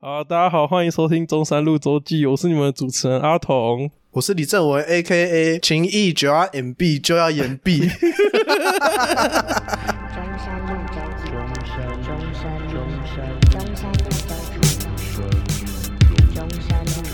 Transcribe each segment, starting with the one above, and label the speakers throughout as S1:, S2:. S1: 啊，大家好，欢迎收听中山路周记，我是你们的主持人阿童。
S2: 我是李正文，A K A 情谊九要 M B 就要言 毕。
S3: 中山路周记，中山路中山路周记，中山路中山路。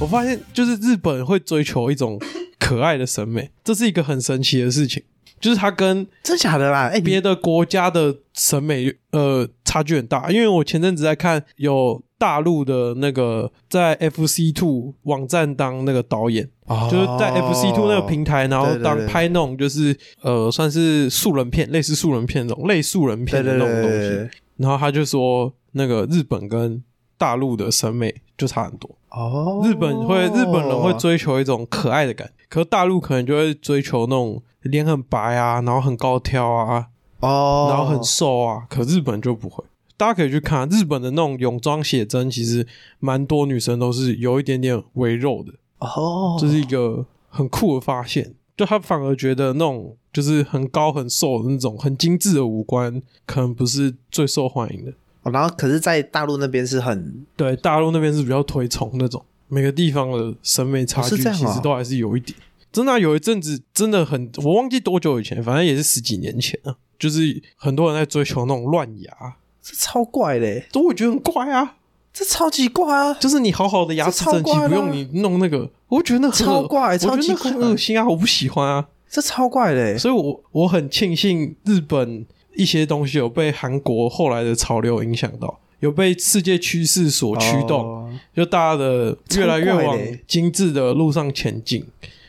S1: 我发现就是日本会追求一种可爱的审美， 这是一个很神奇的事情，就是它跟
S2: 真假的 啦？哎、你
S1: 别的国家的审美呃差距很大。因为我前阵子在看有大陆的那个在 FC Two 网站当那个导演，
S2: 哦
S1: 就是在 FC Two 那个平台，然后
S2: 对对
S1: 当
S2: 对
S1: 拍那种就是呃算是素人片，类似素人片那种类素人
S2: 对
S1: 片的
S2: 对
S1: 那种
S2: 对
S1: 东西。
S2: 对对
S1: 然后他就说，那个日本跟大陆的审美就差很多。
S2: 哦，
S1: 日本会、日本人会追求一种可爱的感觉，可是大陆可能就会追求那种脸很白啊，然后很高挑啊，
S2: 哦，
S1: 然后很瘦啊。可日本就不会。大家可以去看啊日本的那种泳装写真，其实蛮多女生都是有一点点微肉的，
S2: 哦，
S1: 这是一个很酷的发现。就他反而觉得那种就是很高很瘦的那种很精致的五官，可能不是最受欢迎的。
S2: 哦然后可是，在大陆那边是很
S1: 对，大陆那边是比较推崇那种，每个地方的审美差距
S2: 哦是这样
S1: 其
S2: 啊
S1: 实都还是有一点。真的啊、有一阵子真的很，我忘记多久以前，反正也是十几年前啊，就是很多人在追求那种乱牙，
S2: 这超怪嘞，
S1: 都我觉得很怪啊。
S2: 这超级怪啊！
S1: 就是你好好的牙齿整
S2: 这
S1: 齐
S2: 超怪，的啊
S1: 不用你弄那个，我觉得那很恶
S2: 超怪超级
S1: 我觉得那很恶心啊，我不喜欢啊。
S2: 这超怪嘞，
S1: 所以我我很庆幸日本一些东西有被韩国后来的潮流影响到，有被世界趋势所驱动。
S2: 哦
S1: 就大家的越来越
S2: 超
S1: 往
S2: 怪的欸
S1: 精致的路上前进，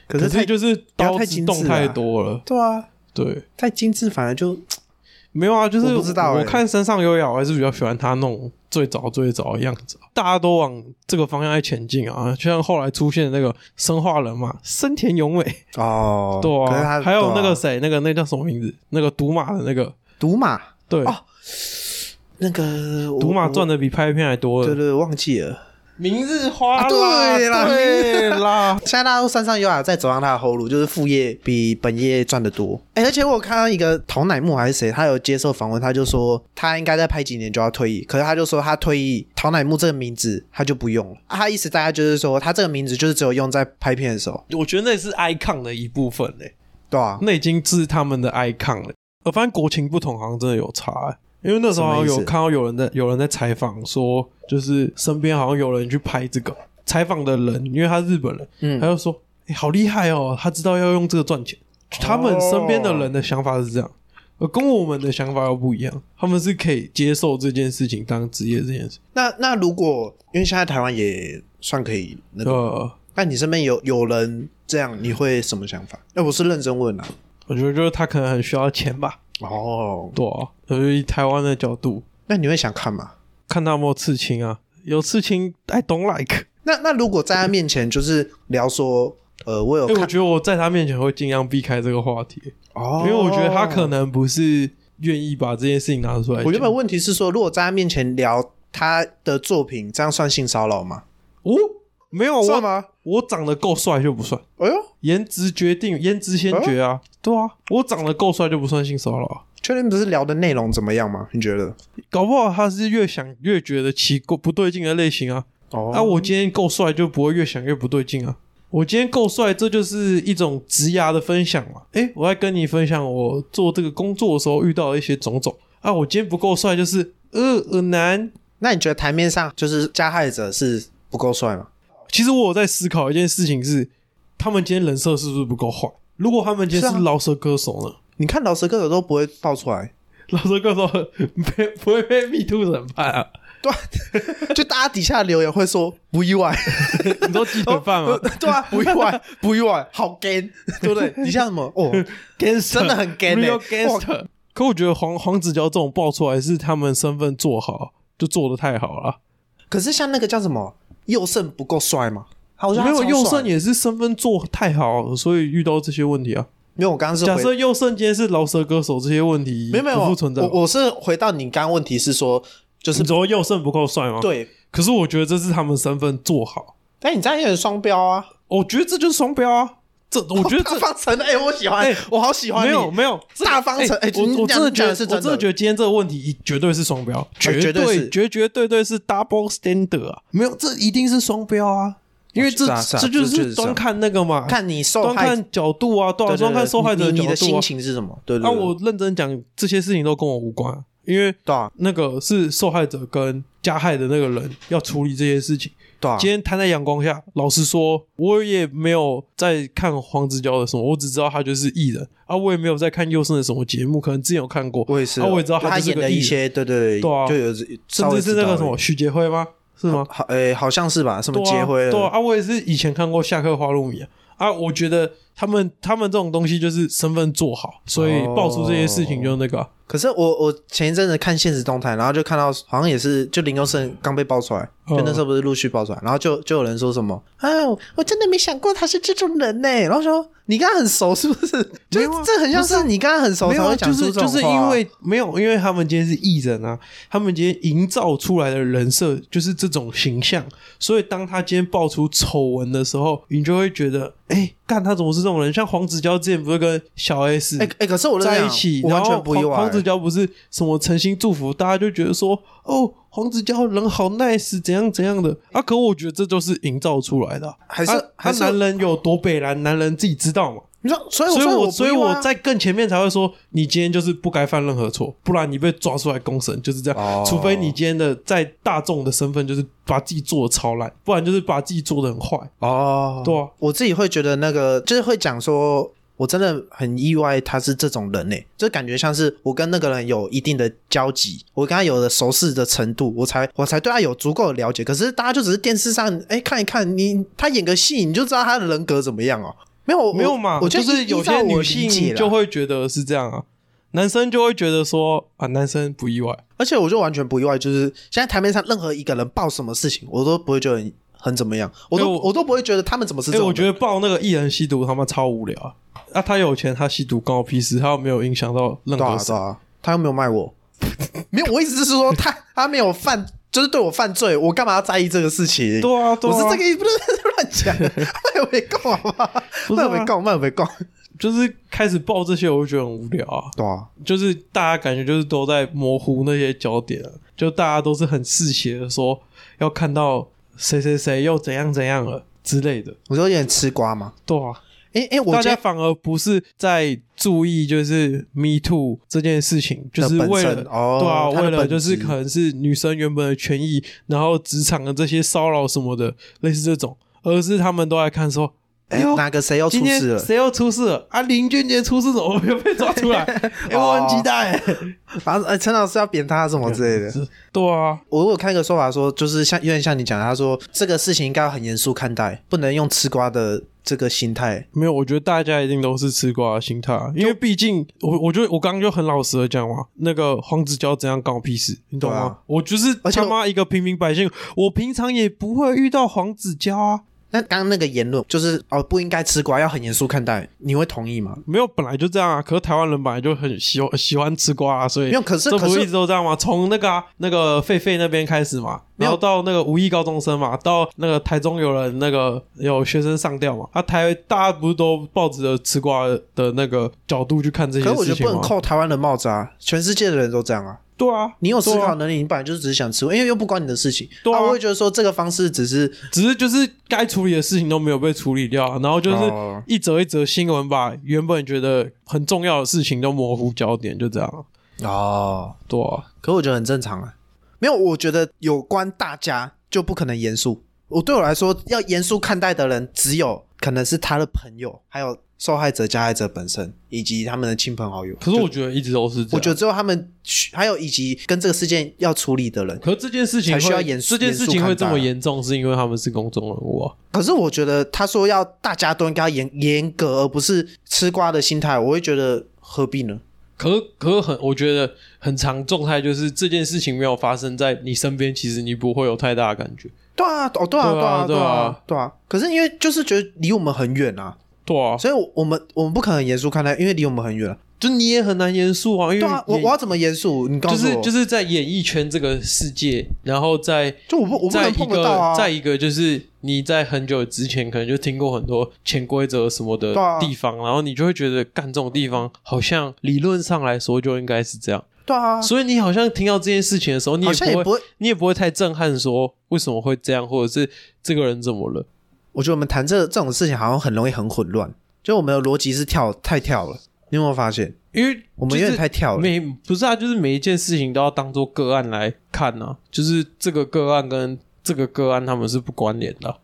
S2: 可是太
S1: 就是刀
S2: 太
S1: 子
S2: 精致
S1: 动太
S2: 啦
S1: 多了，
S2: 对啊，
S1: 对，
S2: 太精致反而就
S1: 没有啊，就是
S2: 我不知道欸
S1: 我看山上优雅，我还是比较喜欢他那种最早最早的样子啊，大家都往这个方向在前进啊，就像后来出现的那个生化人嘛，生田勇美，
S2: 哦，
S1: 对
S2: 可是
S1: 啊，
S2: 他
S1: 还有那个
S2: 对啊啊
S1: 谁，那个那叫什么名字？那个赌马的那个，
S2: 赌马，
S1: 对，
S2: 哦那个我
S1: 赌马赚
S2: 我
S1: 的比拍片还多
S2: 对
S1: 了，
S2: 对，对忘记了。
S1: 明日花啦，
S2: 啊对啦
S1: 对 啦，
S2: 现在大家都山上优雅在走上他的后路，就是副业比本业赚得多。哎、而且我有看到一个童乃木还是谁，他有接受访问，他就说他应该再拍几年就要退役，可是他就说他退役，童乃木这个名字他就不用了。啊他意思大概就是说，他这个名字就是只有用在拍片的时候，
S1: 我觉得那是 icon 的一部分欸嘞、
S2: 对吧、啊？
S1: 那已经是他们的 icon 了。我发现国情不同，好像真的有差、欸。因为那时候好像
S2: 什
S1: 有
S2: 么意思
S1: 看到有人在有人在采访说，就是身边好像有人去拍这个采访的人，因为他是日本人，他
S2: 嗯，
S1: 就说：“欸好厉害哦，他知道要用这个赚钱。”他们身边的人的想法是这样，呃，跟我们的想法又不一样。他们是可以接受这件事情当职业这件事。
S2: 那那如果因为现在台湾也算可以那个，
S1: 呃，
S2: 那你身边有有人这样，你会什么想法？哎、我是认真问啊。
S1: 我觉得就是他可能很需要钱吧，
S2: 哦，
S1: 对啊，呃，以台湾的角度
S2: 那你会想看吗？
S1: 看他有没有刺青啊，有刺青 I don't like。
S2: 那那如果在他面前就是聊说，呃，我有
S1: 哎、
S2: 看
S1: 我觉得我在他面前会尽量避开这个话题，
S2: 哦
S1: 因为我觉得他可能不是愿意把这件事情拿出来讲。
S2: 我原本问题是说，如果在他面前聊他的作品，这样算性骚扰吗？
S1: 哦，没有
S2: 算
S1: 我
S2: 吗？
S1: 我长得够帅就不算，
S2: 哎呦，
S1: 颜值决定颜值先决啊，对啊，我长得够帅就不算性骚扰啊、
S2: 确定不是聊的内容怎么样吗？你觉得？
S1: 搞不好他是越想越觉得奇怪不对劲的类型啊，
S2: 哦
S1: 啊，我今天够帅就不会越想越不对劲啊。我今天够帅，这就是一种职涯的分享嘛。诶，我在跟你分享我做这个工作的时候遇到的一些种种啊。我今天不够帅，就是呃呃难。
S2: 那你觉得台面上就是加害者是不够帅吗？
S1: 其实我有在思考一件事情是，他们今天人设是不是不够坏？如果他们今天
S2: 是
S1: 是
S2: 啊
S1: 饶舌歌手呢？
S2: 你看老舌歌手都不会爆出来，
S1: 饶舌歌手 被不会被 Me Too 审判啊？
S2: 就大家底下留言会说不 意外，
S1: 你都鸡腿饭 吗？
S2: 对啊，不意外，不意外，好 gay，对不 对？你像什么哦，真的很 gay 欸
S1: real
S2: 哇
S1: gangster。可我觉得黄黄子佼这种爆出来是他们身份做好，就做的太好了。
S2: 可是像那个叫什么佑胜不够帅吗？好像
S1: 没有佑胜
S2: 胜，
S1: 也是身份做太好，所以遇到这些问题啊。
S2: 没有我刚刚是
S1: 假
S2: 回
S1: 设佑胜今天是饶舌歌手，这些问题
S2: 没有没有
S1: 不复存在吗。
S2: 我我是回到你刚刚问题是说，就是
S1: 嗯你说佑胜不够帅吗？。
S2: 对
S1: 可是我觉得这是他们身份做好，
S2: 但你这样也很双标啊！
S1: 我觉得这就是双标啊！ 这我觉得
S2: 大
S1: 这
S2: 方程，哎，我喜欢
S1: 哎，
S2: 我好喜欢
S1: 没
S2: 你。
S1: 有没有这
S2: 大方程，哎，
S1: 我
S2: 你
S1: 我
S2: 讲
S1: 真的觉
S2: 讲
S1: 得
S2: 是
S1: 我真的觉得今天这个问题绝对是双标，
S2: 哎绝对
S1: 对
S2: 是
S1: 绝绝对对是 double standard 啊！没有，这一定是双标啊！因为
S2: 哦
S1: 这
S4: 是啊是啊
S1: 这就
S4: 这就是是
S1: 端看那个嘛，
S2: 看你受
S1: 端
S2: 害，
S1: 看角度啊，对啊，
S2: 对对
S1: 端看
S2: 对
S1: 受害者
S2: 你
S1: 角
S2: 你的
S1: 度啊
S2: 心。情是什么？对对
S1: 啊，
S2: 对，
S1: 我认真讲，这些事情都跟我无关啊，因为
S2: 对啊
S1: 那个是受害者跟加害的那个人要处理这些事情。
S2: 对啊
S1: 今天摊在阳光下，老实说，我也没有在看黄子佼的什么，我只知道他就是艺人啊，我也没有在看佑胜的什么节目，可能之前有看过，
S2: 我也是，
S1: 啊，我也知道
S2: 他
S1: 就是
S2: 演
S1: 个
S2: 的
S1: 艺
S2: 一
S1: 人，
S2: 些，对对
S1: 对啊
S2: 就有
S1: 甚
S2: 甚
S1: 至是那个什么许杰辉吗？是吗？
S2: 好，诶，好像是吧？什么
S1: 对啊
S2: 结婚了？
S1: 对啊，啊我也是以前看过《下课花露米》啊，啊，我觉得他们他们这种东西就是身份做好，所以
S2: 哦
S1: 爆出这些事情就那个啊、
S2: 可是我我前一阵子看现实动态，然后就看到好像也是就林佑胜刚被爆出来，
S1: 嗯
S2: 就那时候不是陆续爆出来，然后就就有人说什么啊，我真的没想过他是这种人呢、然后说你跟他很熟是不是？就
S1: 没有啊
S2: 这很像是你跟他很熟
S1: 没
S2: 才
S1: 有啊，
S2: 会讲
S1: 就
S2: 出
S1: 是
S2: 这种
S1: 就
S2: 话、
S1: 是因为没有，因为他们今天是艺人啊，他们今天营造出来的人设就是这种形象，所以当他今天爆出丑闻的时候，你就会觉得，哎、干他怎么是这种人？像黄子佼之前不是跟小 S
S2: 哎哎、可是我认真
S1: 在
S2: 讲
S1: 一起，
S2: 我
S1: 然
S2: 完
S1: 后
S2: 全不意外、
S1: 黄黄子佼不是什么诚心祝福，大家就觉得说，哦，黄子佼人好 nice，怎样怎样的啊？可我觉得这就是营造出来的啊、
S2: 还是
S1: 啊
S2: 还
S1: 啊
S2: 是
S1: 男人有多北蓝，男人自己知道嘛。
S2: 你说，所以
S1: 所以
S2: 我
S1: 我所以我
S2: 在
S1: 在更前面才会说，你今天就是不该犯任何错，不然你被抓出来公审就是这样。
S2: 哦
S1: 除非你今天的在大众的身份就是把自己做的超烂，不然就是把自己做的很坏。
S2: 哦，
S1: 对啊
S2: 我自己会觉得那个就是会讲说，我真的很意外他是这种人呢、欸就感觉像是我跟那个人有一定的交集，我跟他有了熟识的程度，我才我才对他有足够的了解。可是大家就只是电视上哎、看一看你他演个戏，你就知道他的人格怎么样哦、没有我
S1: 没有嘛，
S2: 我
S1: 就
S2: 觉得
S1: 是
S2: 依
S1: 有
S2: 依照
S1: 些
S2: 我
S1: 女
S2: 理解
S1: 性
S2: 啦
S1: 就，会觉得是这样啊，男生就会觉得说啊，男生不意外。
S2: 而且我就完全不意外，就是现在台面上任何一个人报什么事情，我都不会觉得很很怎么样，我都、
S1: 哎我
S2: 我都不会觉得他们怎么是
S1: 哎、
S2: 这种
S1: 我
S2: 人、
S1: 觉得报那个艺人吸毒他妈超无聊啊！啊，他有钱，他吸毒关我屁事，他又没有影响到任
S2: 对
S1: 何
S2: 啊，
S1: 事
S2: 对。啊，他又没有 卖我，没有，我意思是说他他没有犯，就是对我犯罪，我干嘛要在意这个事情？
S1: 对啊，对啊，
S2: 我是这个意思，不是乱 讲的，卖没供好不好？
S1: 不是啊
S2: 卖没供，卖没供，
S1: 就是开始报这些，我就觉得很无聊啊。
S2: 对啊，
S1: 就是大家感觉就是都在模糊那些焦点、啊，就大家都是很嗜血的说要看到谁谁谁又怎样怎样了之类的，
S2: 我说有点吃瓜嘛。
S1: 对啊，
S2: 哎哎，我
S1: 大
S2: 今
S1: 家
S2: 天
S1: 反而不是在注意就是 Me Too 这件事情，就是
S2: 的本
S1: 为
S2: 身
S1: 了、
S2: 哦
S1: 对啊，
S2: 它的
S1: 为了
S2: 本
S1: 就是
S2: 质
S1: 可能是女生原本的权益，然后职场的这些骚扰什么的，类似这种，而是他们都在看说，哎呦，
S2: 哪个谁要
S1: 今
S2: 出
S1: 天
S2: 事了？
S1: 谁又出事了？啊，林俊杰出事怎么没有被抓出 来？哎、我很期待、
S2: 然后哎，陈老师要扁他什么之类的。
S1: 是 对啊，
S2: 我有看一个说法说，就是像有点像你讲的，他说这个事情应该要很严肃看待，不能用吃瓜的这个心态。
S1: 没有，我觉得大家一定都是吃瓜的心态啊，因为毕竟我，我就我刚刚就很老实的讲嘛，那个黄子佼怎样搞屁事，你懂吗？
S2: 对啊
S1: 我就是
S2: 而且
S1: 他妈一个平民百姓，我平常也不会遇到黄子佼啊，
S2: 那刚刚那个言论就是哦，不应该吃瓜，要很严肃看待，你会同意吗？
S1: 没有本来就这样啊。可是台湾人本来就很喜欢喜欢吃瓜啊，所以
S2: 没有可是
S1: 这不
S2: 可是
S1: 一直都这样吗？从那个、啊、那个狒狒那边开始嘛，
S2: 没
S1: 然
S2: 有
S1: 后到那个无意高中生嘛，到那个台中有人那个有学生上吊嘛，啊台大家不是都抱着吃瓜的那个角度去看这些
S2: 可
S1: 事
S2: 是
S1: 情吗？
S2: 我觉得不能扣台湾的帽子啊，全世界的人都这样啊。
S1: 对啊，
S2: 你有思
S1: 对啊
S2: 考能力，你本来就是只是想吃，因为又不关你的事情。
S1: 啊对啊
S2: 我会觉得说这个方式只是
S1: 只是就是该处理的事情都没有被处理掉啊，然后就是
S2: 哦
S1: 一则一则新闻把原本觉得很重要的事情都模糊焦点，就这样啊，
S2: 哦，
S1: 对啊，
S2: 可我觉得很正常啊。没有，我觉得有关大家就不可能严肃。我对我来说，要严肃看待的人，只有可能是他的朋友，还有受害者、加害者本身，以及他们的亲朋好友。
S1: 可是我觉得一直都是这样，
S2: 我觉得只有他们去，还有以及跟这个事件要处理的人，
S1: 可是这件事情会
S2: 才需要严肃
S1: 这件事情会这么
S2: 严肃看待啊
S1: 严重，是因为他们是公众人物啊，
S2: 可是我觉得他说要大家都应该严严格，而不是吃瓜的心态，我会觉得何必呢？
S1: 可可很我觉得很常状态就是这件事情没有发生在你身边，其实你不会有太大的感觉，
S2: 对啊，哦，对啊，
S1: 对啊
S2: 啊，对
S1: 对啊
S2: 啊，对啊。可是因为就是觉得离我们很远啊，
S1: 对啊，
S2: 所以我们我们不可能严肃看待，因为离我们很远、啊。
S1: 就你也很难严肃啊，因为
S2: 对啊，我
S1: 演
S2: 我要怎么严肃？你告
S1: 就
S2: 诉
S1: 是
S2: 我，
S1: 就是在演艺圈这个世界，然后在
S2: 就我不我不
S1: 在
S2: 能
S1: 一
S2: 碰得到啊
S1: 个在一个就是你在很久之前可能就听过很多潜规则什么的
S2: 对啊
S1: 地方，然后你就会觉得干这种地方好像理论上来说就应该是这样，
S2: 对啊，
S1: 所以你好像听到这件事情的时候，你
S2: 好
S1: 也
S2: 像也
S1: 不
S2: 不
S1: 会
S2: 会。
S1: 你也不会太震撼，说为什么会这样，或者是这个人怎么了？
S2: 我觉得我们谈这这种事情好像很容易很混乱，就我们的逻辑是跳太跳了，你有没有发现？
S1: 因为
S2: 我们有
S1: 就是
S2: 点太跳了。
S1: 每不是啊，就是每一件事情都要当做个案来看啊，就是这个个案跟这个个案他们是不关联的啊、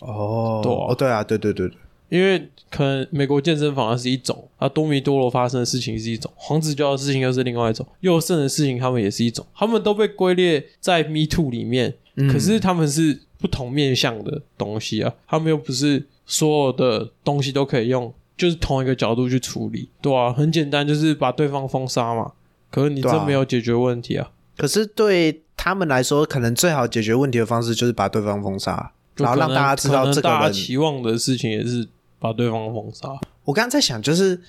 S2: 哦，
S1: 对啊
S2: 哦，对啊，对对对对，
S1: 因为可能美国健身房它是一种啊，多米多罗发生的事情是一种，黄子佼的事情又是另外一种，右胜的事情他们也是一种，他们都被归列在 Me Too 里面，
S2: 嗯
S1: 可是他们是不同面向的东西啊，他们又不是所有的东西都可以用，就是同一个角度去处理，对啊，很简单，就是把对方封杀嘛，可是你
S2: 对啊
S1: 真没有解决问题啊，
S2: 可是对他们来说，可能最好解决问题的方式就是把对方封杀，
S1: 就
S2: 然后
S1: 可
S2: 让
S1: 能
S2: 大家知道
S1: 可能
S2: 这个
S1: 大家
S2: 人。
S1: 期望的事情也是把对方封杀，
S2: 我刚刚在想，就是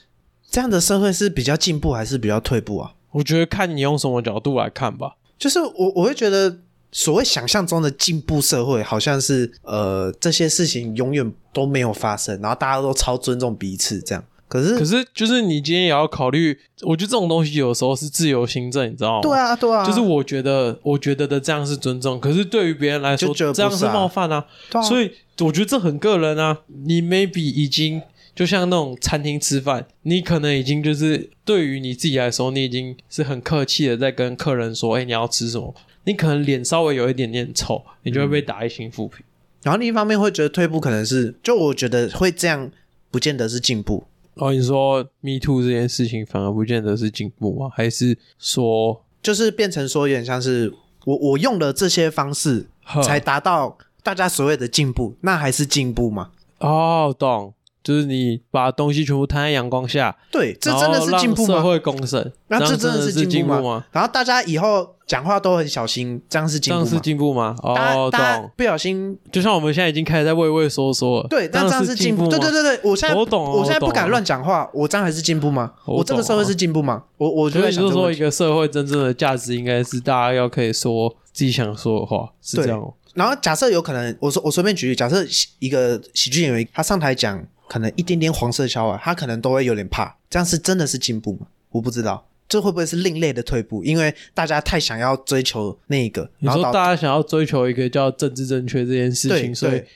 S2: 这样的社会是比较进步还是比较退步啊？
S1: 我觉得看你用什么角度来看吧。
S2: 就是我我会觉得，所谓想象中的进步社会，好像是呃这些事情永远都没有发生，然后大家都超尊重彼此这样。可是，
S1: 可是就是你今天也要考虑，我觉得这种东西有时候是自由行政，你知道吗？
S2: 对。啊，对啊，
S1: 就是我觉得，我觉得的这样是尊重，可是对于别人来说，
S2: 就觉得不
S1: 这
S2: 是啊
S1: 样是冒犯啊。
S2: 对啊，
S1: 所
S2: 以
S1: 以我觉得这很个人啊。你 maybe 已经就像那种餐厅吃饭，你可能已经就是对于你自己来说，你已经是很客气的在跟客人说，哎、你要吃什么？你可能脸稍微有一点点臭，你就会被打一星负评。
S2: 然后另一方面会觉得退步可能是，就我觉得会这样，不见得是进步。
S1: 哦，你说 me too 这件事情反而不见得是进步吗？还是说
S2: 就是变成说有点像是我我用了这些方式
S1: 呵
S2: 才达到大家所谓的进步，那还是进步吗？
S1: 哦，懂，就是你把东西全部摊在阳光下，
S2: 对，这真的
S1: 然后
S2: 是
S1: 让
S2: 进步
S1: 社
S2: 吗？
S1: 会公审，
S2: 那
S1: 这
S2: 这
S1: 样真
S2: 真的
S1: 是
S2: 进
S1: 步
S2: 步
S1: 吗？？
S2: 然后大家以后讲话都很小心，这样是
S1: 这
S2: 进步
S1: 样
S2: 吗？
S1: 是进步吗？
S2: 大家
S1: 哦，
S2: 大家
S1: 懂。
S2: 不小心
S1: 就像我们现在已经开始在畏畏缩缩了，
S2: 对，但这样
S1: 是
S2: 是进
S1: 步
S2: 步。
S1: 吗，
S2: 对对对对，我现在
S1: 我懂啊
S2: 我现在
S1: 我懂啊
S2: 不敢乱讲话，我这样还是进步吗？
S1: 我
S2: 我这个
S1: 懂啊
S2: 社会是进步吗？我我就
S1: 所
S2: 在
S1: 以
S2: 想
S1: 就
S2: 这
S1: 是
S2: 个
S1: 说，
S2: 问
S1: 一
S2: 题。
S1: 个社会真正的价值应该是大家要可以说自己想说的话，是这样哦。
S2: 然后假设有可能，我说我随便举例，假设喜一个喜剧演员他上台讲，可能一点点黄色笑话，他可能都会有点怕，这样是真的是进步吗？我不知道，这会不会是另类的退步？因为大家太想要追求那一个，
S1: 你
S2: 然后
S1: 说
S2: 导
S1: 大家想要追求一个叫政治正确这件事
S2: 对
S1: 情，所以
S2: 对，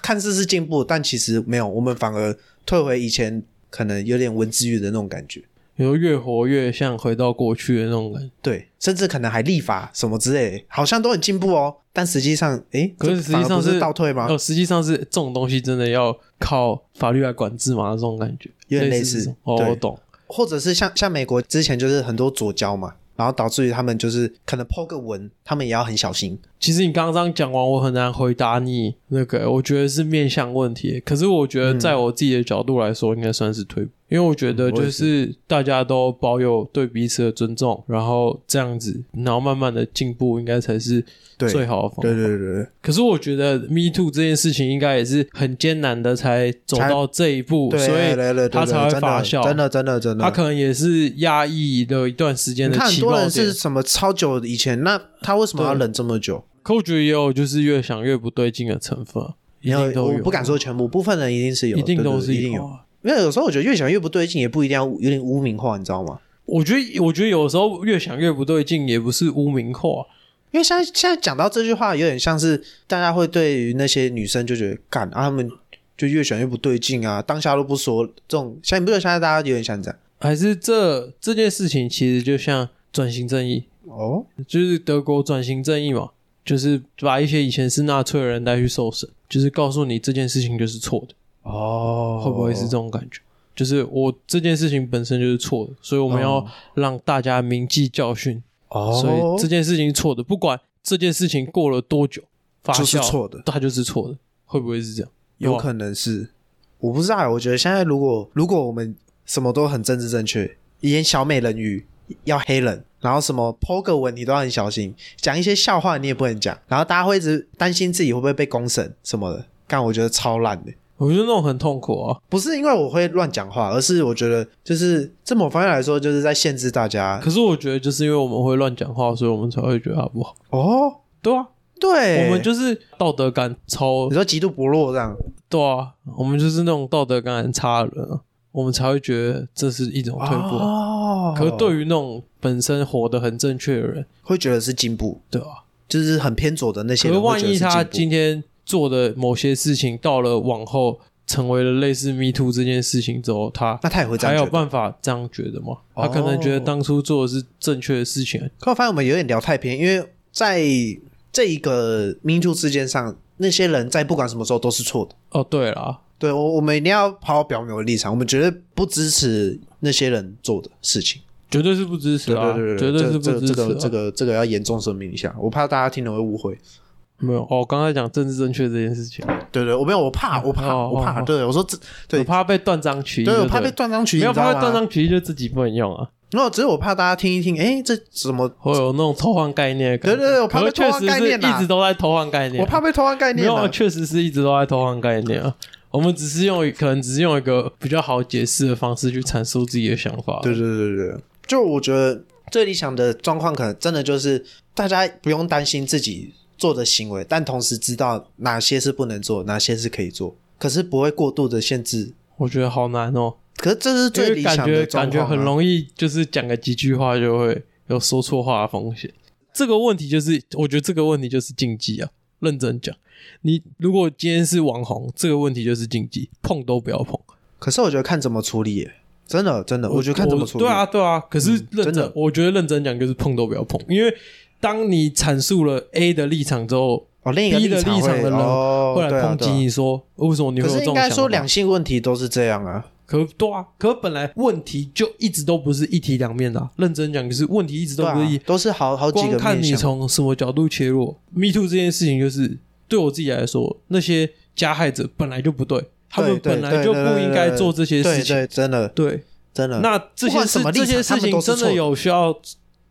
S2: 看似是进步，但其实没有，我们反而退回以前可能有点文字狱的那种感觉。
S1: 你说越活越像回到过去的那种感觉。
S2: 对，甚至可能还立法什么之类的，好像都很进步哦。但实际上，诶，
S1: 可是
S2: 这
S1: 实际
S2: 反而
S1: 上
S2: 不是
S1: 是
S2: 倒退吗？
S1: 哦，实际上是这种东西真的要靠法律来管制嘛，这种感觉
S2: 有点类
S1: 似
S2: 似
S1: 这种。哦，
S2: 对
S1: 我懂。
S2: 或者是像像美国之前就是很多左交嘛，然后导致于他们就是可能 Po 个文，他们也要很小心。
S1: 其实你刚刚这样讲完，我很难回答你那个，我觉得是面向问题。可是我觉得，在我自己的角度来说，应该算是退步，因为我觉得
S2: 嗯嗯我也
S1: 就是大家都保有对彼此的尊重，然后这样子，然后慢慢的进步，应该才是
S2: 对
S1: 最好的方
S2: 对
S1: 法。
S2: 对对对，
S1: 可是我觉得 Me Too 这件事情，应该也是很艰难的才走
S2: 才
S1: 到这一步，
S2: 对
S1: 所
S2: 对
S1: 以
S2: 对对，
S1: 它
S2: 对
S1: 才会
S2: 真的
S1: 发酵。
S2: 真的真的真的。
S1: 他可能也是压抑了一段时间
S2: 你
S1: 的
S2: 看很
S1: 起
S2: 多
S1: 爆
S2: 人是
S1: 点。
S2: 什么超久以前，那他为什么要
S1: 对
S2: 忍这么久？
S1: 可我觉得也有就是越想越不对劲的成分啊，一
S2: 没有
S1: 定都
S2: 我
S1: 有，
S2: 不敢说全部，部分人一定是有，
S1: 一定
S2: 对对
S1: 都
S2: 对
S1: 是
S2: 一定
S1: 有
S2: 有。
S1: 啊。
S2: 因为有时候我觉得越想越不对劲，也不一定要有点污名化，你知道吗？
S1: 我觉得，我觉得有时候越想越不对劲，也不是污名化，啊
S2: 因为现在现在讲到这句话，有点像是大家会对于那些女生就觉得干啊，她们就越想越不对劲啊，当下都不说这种，像你不觉得现在大家有点像这样
S1: 还是这这件事情其实就像转型正义，
S2: 哦？
S1: 就是德国转型正义嘛，就是把一些以前是纳粹的人带去受审，就是告诉你这件事情就是错的，
S2: 哦
S1: 会不会是这种感觉？就是我这件事情本身就是错的，所以我们要
S2: 哦
S1: 让大家铭记教训。
S2: 哦，
S1: 所以这件事情是错的，不管这件事情过了多久发酵，
S2: 就是错的，
S1: 它就是错的，会不会是这样？
S2: 有
S1: 对吧
S2: 可能是，我不知道，我觉得现在如果如果我们什么都很政治正确，演小美人鱼要黑人，然后什么 po 个文你都要很小心，讲一些笑话你也不能讲，然后大家会一直担心自己会不会被公审什么的，干我觉得超烂的。
S1: 我觉得那种很痛苦啊。
S2: 不是因为我会乱讲话，而是我觉得就是这某方面来说，就是在限制大家。
S1: 可是我觉得就是因为我们会乱讲话，所以我们才会觉得他不好。
S2: 哦，
S1: 对啊，
S2: 对，
S1: 我们就是道德感超
S2: 哎你说极度薄弱这样，
S1: 对啊，我们就是那种道德感很差的人啊，我们才会觉得这是一种退步啊。
S2: 哦，
S1: 可是对
S2: 于
S1: 于那种本身活得很正确的人，
S2: 会觉得是进步，
S1: 对啊，
S2: 就是很偏左的那些
S1: 可是
S2: 人
S1: 万
S2: 会觉得
S1: 一
S2: 是进步，
S1: 他今天做的某些事情，到了往后成为了类似 Me Too 这件事情之后，他
S2: 那他也会这
S1: 还
S2: 样
S1: 有
S2: 觉得。
S1: 办法这样觉得吗？
S2: 哦
S1: 他可能觉得当初做的是正确的事情，
S2: 可我发现我们有点聊太偏，因为在这一个民主事件上，那些人在不管什么时候都是错的。
S1: 哦，对啦，
S2: 对我，我们一定要好好表明我的立场，我们绝对不支持那些人做的事情。
S1: 绝对是不支持
S2: 对
S1: 啊，
S2: 对对
S1: 绝
S2: 对，
S1: 对是
S2: 这
S1: 不
S2: 这
S1: 支
S2: 这
S1: 持啊。
S2: 个这个这个要严重声明一下，我怕大家听了会误会。
S1: 没有哦，刚才讲政治正确这件事情，
S2: 对对，我没有，我怕，我怕，
S1: 哦
S2: 我怕。
S1: 哦哦
S2: 对，我说这，对
S1: 我怕被断章取义，
S2: 对
S1: 对
S2: 我
S1: 不
S2: 怕
S1: 对
S2: 被断章取义，
S1: 没有
S2: 你知道
S1: 怕被
S2: 吗
S1: 断章取义，就自己不能用啊，
S2: 没有，只是我怕大家听一听，哎，这怎么？
S1: 会有那种偷换概念的感觉。
S2: 对对对我怕
S1: 可
S2: 被
S1: 是
S2: 偷
S1: 确
S2: 换
S1: 实
S2: 概
S1: 是
S2: 念啊
S1: 一直都在偷换概念啊，
S2: 我怕被偷换概
S1: 没
S2: 念
S1: 有啊，
S2: 了。
S1: 确实是一直都在偷换概念啊。我们只是用可能只是用一个比较好解释的方式去阐述自己的想法。
S2: 对对对对，对就我觉得最理想的状况，可能真的就是大家不用担心自己做的行为，但同时知道哪些是不能做，哪些是可以做，可是不会过度的限制。
S1: 我觉得好难哦，
S2: 可是这是
S1: 因
S2: 最
S1: 为
S2: 理
S1: 感
S2: 想
S1: 觉
S2: 的状况、啊
S1: 感觉很容易就是讲个几句话就会有说错话的风险。这个问题就是，我觉得这个问题就是禁忌啊。认真讲，你如果今天是网红，这个问题就是禁忌，碰都不要碰。
S2: 可是我觉得看怎么处理耶，真的真的，我觉得看怎么处理。
S1: 对啊，，对啊。可是
S2: 嗯
S1: 认真，
S2: 真的
S1: 我觉得认真讲就是碰都不要碰，因为当你阐述了 A 的立场之后，
S2: 哦，另一个
S1: B 的
S2: 场
S1: 立
S2: 会
S1: 场的人
S2: 哦、
S1: 会来
S2: 对啊
S1: 抨击。你说、为什么你
S2: 对啊
S1: 会
S2: 可
S1: 有
S2: 是
S1: 这
S2: 应
S1: 种
S2: 该
S1: 想
S2: 说
S1: 法？
S2: 两性问题都是这样啊，
S1: 可对啊，可本来问题就一直都不是一体两面的啊、认真讲，就是问题一直
S2: 对
S1: 都不是一，
S2: 啊，都是好好几
S1: 光
S2: 个
S1: 看
S2: 面
S1: 你
S2: 向。
S1: 从什么角度切入。Me too 这件事情，就是对我自己来说，那些加害者本来就不对，他们
S2: 对
S1: 本来就不应该做这些事情。
S2: 对对，真的
S1: 对，
S2: 真的。
S1: 那这
S2: 不
S1: 些
S2: 管什
S1: 事
S2: 么立
S1: 这
S2: 场
S1: 些
S2: 他
S1: 事
S2: 们
S1: 情
S2: 都是
S1: 真
S2: 错
S1: 的
S2: 的
S1: 有需要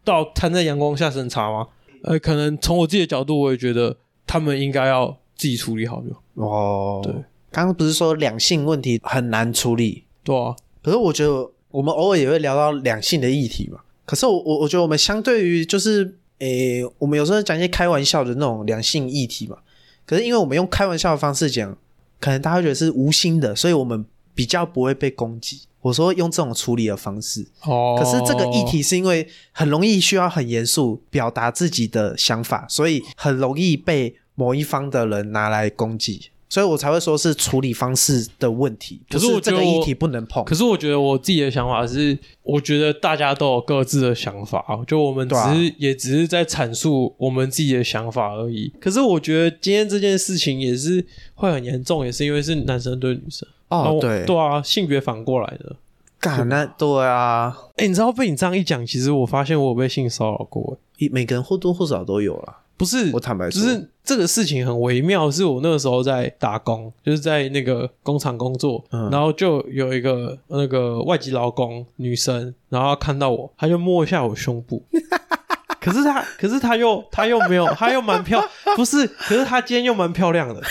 S1: 到摊在阳光下审查吗？呃，可能从我自己的角度，我也觉得他们应该要自己处理好就好，
S2: 哦，
S1: 对，
S2: 刚刚不是说两性问题很难处理，
S1: 对啊。
S2: 可是我觉得我们偶尔也会聊到两性的议题嘛。可是我我我觉得我们相对于就是诶、我们有时候讲一些开玩笑的那种两性议题嘛。可是因为我们用开玩笑的方式讲，可能大家会觉得是无心的，所以我们比较不会被攻击。我说用这种处理的方式，
S1: 哦，
S2: 可是这个议题是因为很容易需要很严肃表达自己的想法，所以很容易被某一方的人拿来攻击，所以我才会说是处理方式的问题，
S1: 可
S2: 不
S1: 是
S2: 是
S1: 我
S2: 这
S1: 觉得
S2: 个
S1: 我
S2: 议题不能碰
S1: 可。是我觉得我自己的想法是，我觉得大家都有各自的想法，就我们只
S2: 对啊
S1: 是、也只是在阐述我们自己的想法而已。可是我觉得今天这件事情也是会很严重，也是因为是男生对女生啊
S2: 哦
S1: 我，
S2: 对，
S1: 对啊，性别反过来的。
S2: 干那对啊，
S1: 哎、你知道被你这样一讲，其实我发现我有被性骚扰过、欸，
S2: 一每个人或多或少都有啦。
S1: 不是
S2: 我坦白
S1: 就
S2: 说，
S1: 嗯是这个事情很微妙，是我那个时候在打工，就是在那个工厂工作，
S2: 嗯
S1: 然后就有一个呃那个外籍劳工女生，然后她看到我，她就摸一下我胸 部。可是她，可是她又，她又没有，她又蛮漂，不是，可是她今天又蛮漂亮的，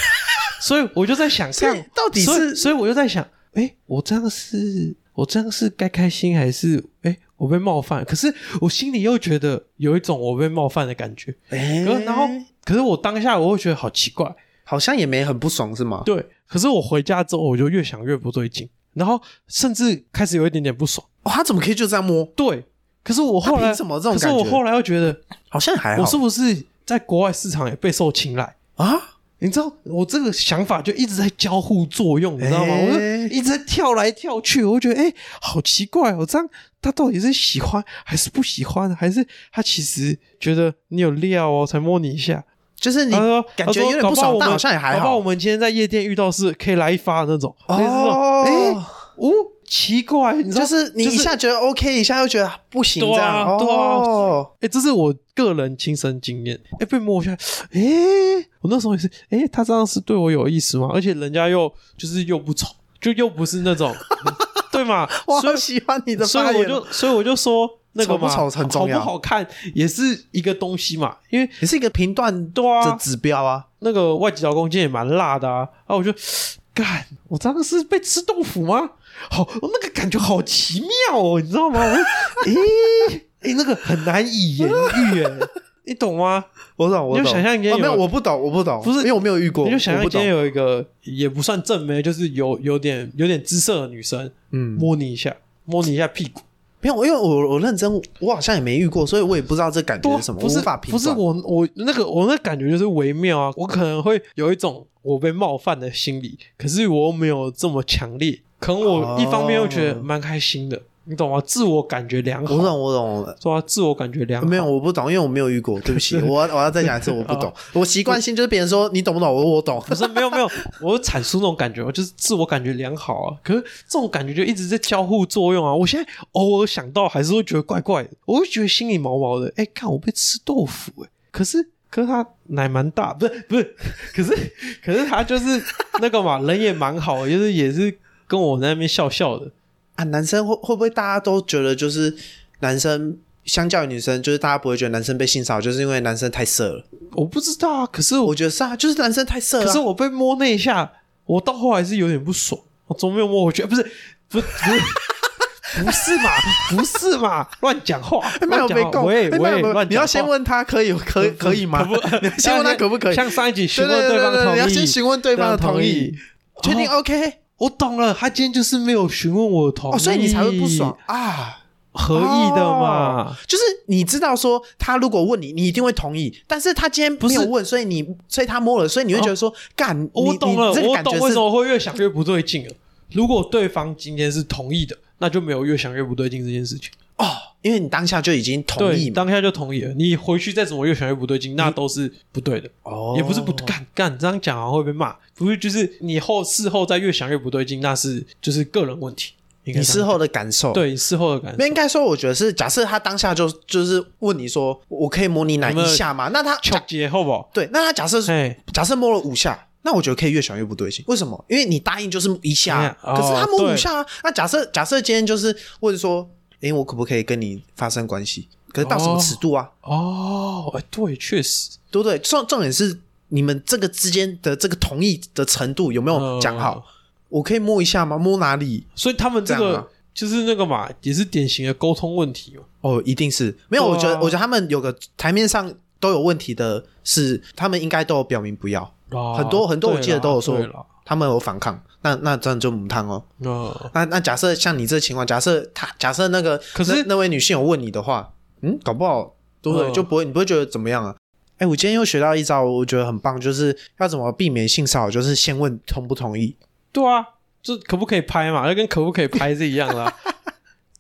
S1: 所以我就在想，
S2: 所以
S1: 看
S2: 到底
S1: 所以
S2: 是
S1: 所以我就在想，哎、我这样是，我这样是该开心还是，哎、我被冒犯？可是我心里又觉得有一种我被冒犯的感觉，
S2: 哎
S1: 可然后，可是我当下我会觉得好奇怪，
S2: 好像也没很不爽是吗？
S1: 对。可是我回家之后，我就越想越不对劲，然后甚至开始有一点点不爽。
S2: 哦，他怎么可以就这样摸？
S1: 对，可是我后
S2: 他
S1: 来
S2: 啊凭什么这种
S1: 可是
S2: 感觉
S1: 我后来又觉得，
S2: 好像还好
S1: 我是不是在国外市场也备受青睐？
S2: 啊，
S1: 你知道我这个想法就一直在交互作用，你知道吗？
S2: 哎
S1: 我就一直在跳来跳去，我就觉得哎、好奇怪哦，这样他到底是喜欢还是不喜欢，还是他其实觉得你有料哦，才摸你一下？
S2: 就是你
S1: 他说
S2: 感觉有点
S1: 他
S2: 不
S1: 说搞好
S2: 爽
S1: 我，们
S2: 但好像也还
S1: 搞不好
S2: 好
S1: 我。们今天在夜店遇到是可以来一发的那种，类似这种
S2: 哦，
S1: 哎，哦，奇怪，你知道，
S2: 就是你一下觉得 OK，一下又觉得不行，
S1: 对
S2: 这
S1: 啊
S2: 样
S1: 对啊
S2: 哦，
S1: 哎，这是我个人亲身经验，哎，被摸一下，哎，我那时候也是，哎，他这样是对我有意思吗？而且人家又就是又不丑，就又不是那种， 对 嘛？
S2: 我
S1: 所
S2: 好
S1: 以
S2: 喜欢你的
S1: 所
S2: 发
S1: 以我
S2: 言哦，
S1: 就所以我就说那个嘛，
S2: 丑不丑很重要
S1: 好不好看也是一个东西嘛，因为
S2: 也是一个评断
S1: 对啊
S2: 的指标啊。
S1: 那个外籍劳工今天也蛮辣的啊，啊，我就干，我当时被吃豆腐吗？好，那个感觉好奇妙哦，你知道吗？我说诶诶，那个很难以言喻，诶，你懂吗？
S2: 我懂，我
S1: 你
S2: 懂。
S1: 就想象今天
S2: 哦
S1: 有
S2: 没有，我不懂，我不懂，
S1: 不是
S2: 因为我没有遇过，
S1: 你就想
S2: 我
S1: 象
S2: 不
S1: 今天
S2: 懂。
S1: 有一个也不算正妹，就是有有点有点姿色的女生，
S2: 嗯，
S1: 摸你一下，摸你一下屁股，
S2: 没有，因为我我认真，我好像也没遇过，所以我也不知道这感觉
S1: 对
S2: 是什么，
S1: 不是
S2: 我无法评
S1: 不是
S2: 断
S1: 我我那个我那感觉就是微妙啊，我可能会有一种我被冒犯的心理，可是我又没有这么强烈，可能我一方面又觉得
S2: 哦
S1: 蛮开心的，你懂吗？自我感觉良好，
S2: 我懂，我懂。
S1: 对啊，自我感觉良好，
S2: 没有，我不懂，因为我没有遇过，对 不起，我我要再讲一次，我不懂，我习惯性就是别人说你懂不懂，我说 我懂，
S1: 不是没有没有，我阐述那种感觉，我就是自我感觉良好啊。可是这种感觉就一直在交互作用啊。我现在偶尔想到，还是会觉得怪怪的，我会觉得心里毛毛的。哎、看我被吃豆腐、哎，可是可是他奶蛮大，不是不是，可是可是他就是那个嘛，人也蛮好的，就是也是跟我在那边笑笑的。
S2: 啊，男生会会不会大家都觉得就是男生相较于女生，就是大家不会觉得男生被性骚扰，就是因为男生太色了？
S1: 我不知道啊，可是我
S2: 我觉得是啊，就是男生太色了
S1: 可
S2: 啊、
S1: 是我被摸那一下，我到后来是有点不爽，我怎么没有摸回去？啊不是，不是， 不是，不是嘛，不是嘛，乱讲话，
S2: 哎没有
S1: 乱
S2: 被
S1: 讲啊话，
S2: 告，
S1: 喂
S2: 哎没有
S1: 喂，
S2: 没有
S1: 乱
S2: 你要
S1: 讲
S2: 先
S1: 话。
S2: 问他可以可可以吗？ 你要先问他可不可以？
S1: 像上一集询
S2: 对
S1: 问
S2: 对对
S1: 方
S2: 对，
S1: 同意，
S2: 你要先询问对方的同
S1: 意哦
S2: 意，。确定 OK
S1: 我懂了，他今天就是没有询问我的同意，
S2: 哦，所以你才会不爽，啊。
S1: 合意的嘛？
S2: 哦就是你知道说他如果问你，你一定会同意，但是他今天没有
S1: 不是哦
S2: 问，所以你所以他摸了，所以你会觉得说干，你
S1: 我懂了，
S2: 你这个
S1: 我
S2: 感觉
S1: 懂
S2: 是
S1: 为什么会越想越不对劲了。如果对方今天是同意的，那就没有越想越不对劲这件事情。
S2: 哦，因为你当下就已经同
S1: 对，
S2: 意
S1: 你
S2: 嘛，
S1: 当下就同意了。你回去再怎么越想越不对劲，那都是不对的，
S2: 哦
S1: 也不是不干干这样讲好啊像会被骂，不是就是你后事后再越想越不对劲，那是就是个人问题。应该
S2: 你
S1: 这样
S2: 事后的感受。，
S1: 对你事后的感
S2: 那
S1: 受，
S2: 应该说，我觉得是假设他当下就就是问你说，我可以摸你奶
S1: 有没有
S2: 一下吗？那他
S1: 求
S2: 假
S1: 结后不好？
S2: 对，那他假设是
S1: 哎，
S2: 假设摸了五下。那我觉得可以越想越不对劲，为什么？因为你答应就是一下啊，
S1: 哎呀
S2: 可是他摸
S1: 哦
S2: 五下啊。那假设假设今天就是问说，诶，我可不可以跟你发生关系？可是到什么
S1: 哦
S2: 尺度啊？
S1: 哦，哎，对，确实
S2: 对不对？重重点是你们这个之间的这个同意的程度有没有讲好？。
S1: 嗯
S2: 我可以摸一下吗？摸哪里？
S1: 所以他们这
S2: 这样
S1: 个
S2: 啊
S1: 就是那个嘛，也是典型的沟通问题嘛。
S2: 哦，一定是没有。
S1: 对啊
S2: 我觉得，我觉得他们有个台面上都有问题的是，他们应该都有表明不要，
S1: 啊
S2: 很多很多我记得都有说
S1: 对啦
S2: 他们有反抗。那那这样就母汤哦。
S1: 对啦嗯，
S2: 那那假设像你这情况，假设他假设那个
S1: 可是
S2: 那那位女性有问你的话，嗯，搞不好对不对？
S1: 嗯
S2: 就不会你不会觉得怎么样啊？哎，我今天又学到一招，我觉得很棒，就是要怎么避免性骚扰，就是先问同不同意。
S1: 对啊，这可不可以拍嘛？那跟可不可以拍是一样啦，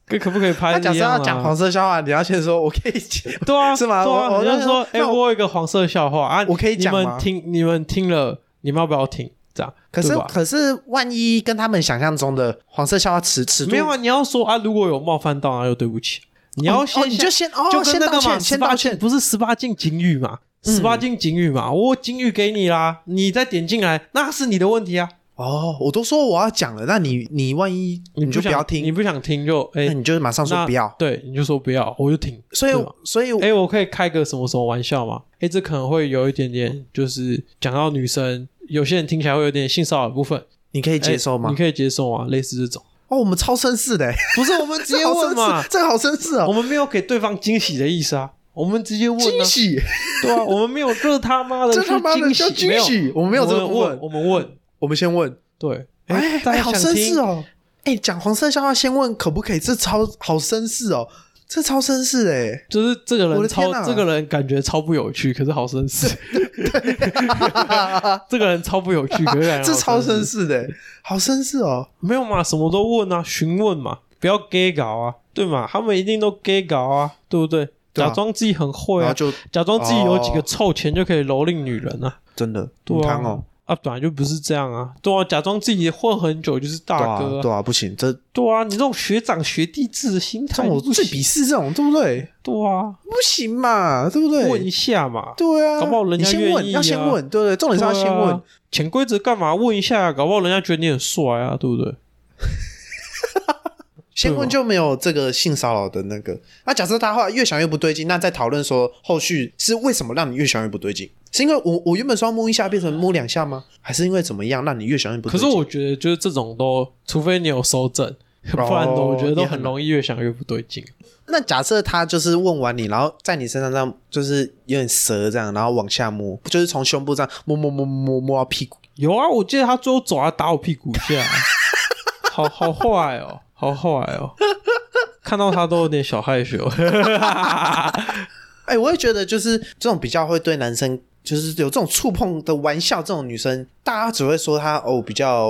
S1: 跟可不可以拍
S2: 他假
S1: 是一
S2: 设
S1: 样啊
S2: 要
S1: 啦
S2: 讲黄色笑话，你要先说我可以讲，
S1: 对啊，
S2: 是吗
S1: 对
S2: 我
S1: 啊，
S2: 我
S1: 你
S2: 就
S1: 就说，哎、
S2: 那我
S1: 我有一个黄色笑话啊，
S2: 我可以讲吗
S1: 你们听，你们听了，你们要不要听？这样，
S2: 可是
S1: 对吧
S2: 可是万一跟他们想象中的黄色笑话尺尺度
S1: 没有啊，你要说啊，如果有冒犯到，那就对不起。你
S2: 你
S1: 要先、
S2: 哦、你就先哦
S1: 就跟
S2: 先
S1: 那
S2: 道
S1: 个嘛，
S2: 歉，先
S1: 18
S2: 道
S1: 禁
S2: 歉。嗯
S1: 不是十八禁警语嘛？十八禁警语嘛，我警语给你啦，你再点进来，那是你的问题啊。
S2: 哦，我都说我要讲了，那你你万一
S1: 你
S2: 就不
S1: 想
S2: 要
S1: 你
S2: 听，
S1: 不想听就哎、
S2: 那你就马上说
S1: 那
S2: 不要。
S1: 对，你就说不要，我就听。
S2: 所以
S1: 对吧
S2: 所以
S1: 哎、我可以开个什么什么玩笑吗？哎、这可能会有一点点，就是讲到女生，有些人听起来会有点性骚扰的部分，
S2: 你可以接受
S1: 哎
S2: 吗
S1: 你？可以接受吗？类似这种，
S2: 哦，我们超绅士的，
S1: 不是我们直
S2: 这
S1: 接
S2: 好
S1: 问
S2: 绅
S1: 嘛
S2: 士，，这个好绅士
S1: 我
S2: 哦，
S1: 们没有给对方惊喜的意思啊，我们直接问
S2: 惊
S1: 啊，
S2: 喜，
S1: 对啊，我们没有，这他妈的，
S2: 这他妈的叫
S1: 是
S2: 惊
S1: 没有
S2: 喜，我们没有这么
S1: 我们
S2: 问
S1: 问，，我们问，
S2: 我们先问，
S1: 对，
S2: 哎
S1: 大
S2: 哎，
S1: 家
S2: 好
S1: 想
S2: 绅
S1: 听
S2: 士哦！哎，讲黄色笑话先问可不可以，这超好绅士哦，这超绅士哎！
S1: 就是这个
S2: 我
S1: 人
S2: 的天
S1: 超，
S2: 哪
S1: 这个人感觉超不有趣，可是好绅 士。 这个人超不有趣，可是感觉好
S2: 这超绅
S1: 士。
S2: 士的，欸好绅士哦！
S1: 没有嘛，什么都问啊，询问嘛，不要 gay 搞啊，对嘛？他们一定都 gay 搞啊，对不对？
S2: 对啊
S1: 假装自己很会
S2: 然后
S1: 啊，
S2: 就
S1: 假装自己有几个
S2: 哦
S1: 臭钱就可以蹂躏女人啊。
S2: 真的
S1: 对啊
S2: 母汤哦，
S1: 啊，本来就不是这样啊，对啊，假装自己混很久就是
S2: 对
S1: 大哥、
S2: 啊对啊，不行，这这
S1: 对啊，你这种学长学弟制的心态，
S2: 种
S1: 你不
S2: 最
S1: 行
S2: 鄙视这种，对不对？
S1: 对啊，
S2: 不行嘛，对不对？
S1: 问一下嘛，
S2: 对啊，
S1: 搞不好人家
S2: 你先
S1: 愿
S2: 问，
S1: 意
S2: 要先
S1: 啊
S2: 问，对不对？重点是要先
S1: 对
S2: 问
S1: 啊，潜规则干嘛？问一下，搞不好人家觉得你很帅啊，对不对？
S2: 先
S1: 对
S2: 问
S1: 嘛
S2: 就没有这个性骚扰的那个。那假设他后来越想越不对劲，那再讨论说后续是为什么让你越想越不对劲？是因为我我原本说要摸一下变成摸两下吗？还是因为怎么样让你越想越不
S1: 可
S2: 对
S1: 是
S2: 劲？
S1: 我觉得就是这种都，除非你有收证，不然
S2: 哦
S1: 的我觉得都很容易越想越不对劲。
S2: 那假设他就是问完你，然后在你身上这样，就是有点蛇这样，然后往下摸，就是从胸部这样摸摸摸摸摸到屁股，
S1: 有啊，我记得他最后走来打我屁股一下， 好好坏哦，好坏哦，看到他都有点小害羞。
S2: 哎、我也觉得就是这种比较会对男生，就是有这种触碰的玩笑，这种女生大家只会说她哦比较，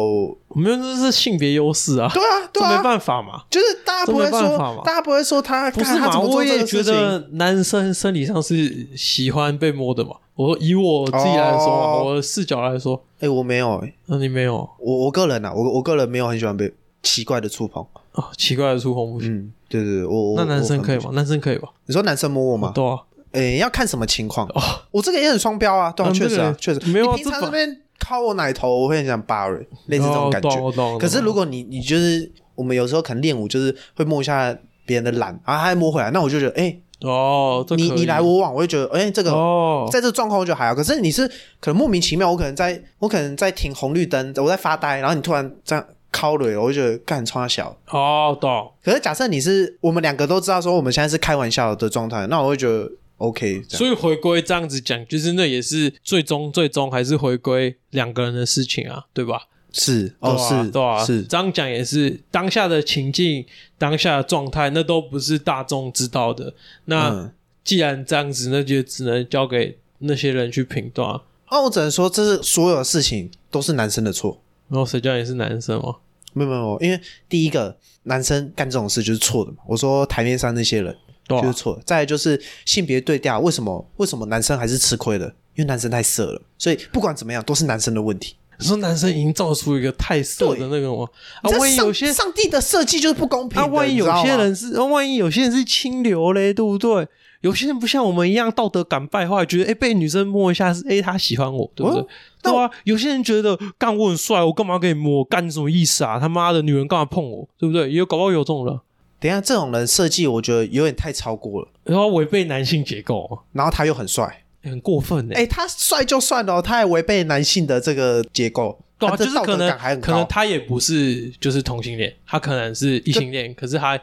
S1: 我们这是性别优势啊，
S2: 对啊对
S1: 这没
S2: 啊，
S1: 办法嘛。
S2: 就是大家不会
S1: 这没办法
S2: 说
S1: 嘛，
S2: 大家不会说她，
S1: 不是
S2: 干她
S1: 嘛？
S2: 怎么
S1: 我
S2: 做这
S1: 也
S2: 个
S1: 觉
S2: 事情。
S1: 得男生生理上是喜欢被摸的嘛。我以我自己来说嘛，
S2: 哦
S1: 我的视角来说，
S2: 哎、我没有、哎，
S1: 那你没有啊、
S2: 我我个人啊，我我个人没有很喜欢被奇怪的触碰。
S1: 哦奇怪的触碰不行。
S2: 嗯，对对对，我我
S1: 那男生可以？
S2: 我很不喜
S1: 吗？男生可以吧？
S2: 你说男生摸我吗？
S1: 对啊，
S2: 诶，要看什么情况。
S1: 哦，
S2: 我这个也很双标啊，对啊，
S1: 嗯
S2: 确实啊，
S1: 这
S2: 确
S1: 个
S2: 实。
S1: 没有啊
S2: 你平常
S1: 这
S2: 这边掏我奶头，我会很想扒人，类似这种感
S1: 哦懂
S2: 觉。
S1: 我懂我懂
S2: 可是如果你你就是我们有时候可能练舞，就是会摸一下别人的懒，啊，他还摸回来，那我就觉得，哎，
S1: 哦，这
S2: 你
S1: 可以
S2: 你来我往，我就觉得，哎，这个
S1: 哦，
S2: 在这状况我就还好。可是你是可能莫名其妙，我可能在我可能在停红绿灯，我在发呆，然后你突然这样敲了，我就觉得干穿他小。
S1: 哦，懂。
S2: 可是假设你是我们两个都知道说我们现在是开玩笑的状态，那我会觉得 OK 这样。
S1: 所以回归这样子讲，就是那也是最终最终还是回归两个人的事情啊，对吧？
S2: 是哦，
S1: 对啊
S2: 是
S1: 对啊，
S2: 是
S1: 这样讲也是当下的情境、当下的状态，那都不是大众知道的。那
S2: 嗯
S1: 既然这样子，那就只能交给那些人去评断啊。
S2: 哦，我只能说这是所有的事情都是男生的错。
S1: 然后谁叫你是男生哦？
S2: 没有没有没有，因为第一个男生干这种事就是错的嘛。我说台面上那些人
S1: 对
S2: 就是
S1: 啊，
S2: 错的，再来就是性别对调，为什么为什么男生还是吃亏的？因为男生太色了，所以不管怎么样都是男生的问题。
S1: 你说男生营造出一个太色的那个吗？啊，
S2: 这
S1: 万一
S2: 上
S1: 有些
S2: 上帝的设计就是不公平
S1: 啊，
S2: 的。
S1: 万一
S2: 你知
S1: 有
S2: 道
S1: 些
S2: 吗
S1: 人是，啊万一有些人是清流嘞，对不对？有些人不像我们一样道德感败坏，觉得哎、诶被女生摸一下是哎、诶她喜欢我，对不对？
S2: 哦那
S1: 对啊，有些人觉得干我很帅，我干嘛给你摸？干什么意思啊？他妈的，女人干嘛碰我？对不对？也有搞不好有这种人，
S2: 等一下这种人设计，我觉得有点太超过了。
S1: 然后违背男性结构啊、
S2: 然后他又很帅，
S1: 诶很过分呢、欸
S2: 哎、他帅就算了哦，他还违背男性的这个结构，
S1: 对啊，
S2: 他这
S1: 就是
S2: 道
S1: 可
S2: 德
S1: 能
S2: 感还很
S1: 可能
S2: 高。
S1: 他也不是就是同性恋，他可能是异性恋，可是他。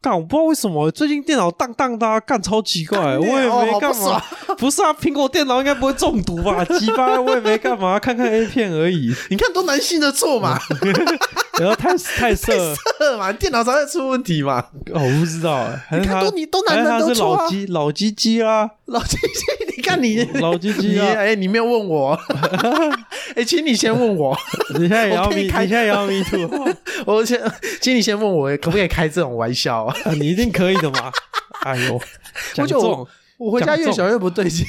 S1: 干，我不知道为什么最近电脑荡荡的、啊，干超奇 怪，
S2: 干
S1: 我
S2: 你
S1: 也
S2: 哦
S1: 没
S2: 好不
S1: 干嘛。 不是啊，苹果电脑应该不会中毒 吧？鸡巴，我也没干嘛，看看 A 片而已。
S2: 你看都男性的 错嘛，
S1: 然后太 太色了，
S2: 色嘛，电脑才会出问题嘛。
S1: 哦，我不知道哎、还是
S2: 你看
S1: 他
S2: 都你都男人
S1: 还是他
S2: 都
S1: 是
S2: 错啊
S1: 老鸡老鸡鸡啊，
S2: 老鸡鸡，你看你
S1: 老鸡
S2: 你
S1: 鸡
S2: 哎、
S1: 啊，
S2: 你没有 问我，哎、请你先问我，
S1: 你现在也要
S2: 我
S1: 迷，
S2: 可以
S1: 你
S2: 开
S1: 现在也要迷途，
S2: 我先，请你先问我可不可以开这种玩笑啊？
S1: 啊你一定可以的嘛。哎呦，讲
S2: 我就
S1: 中。
S2: 我回家越想越不 对劲，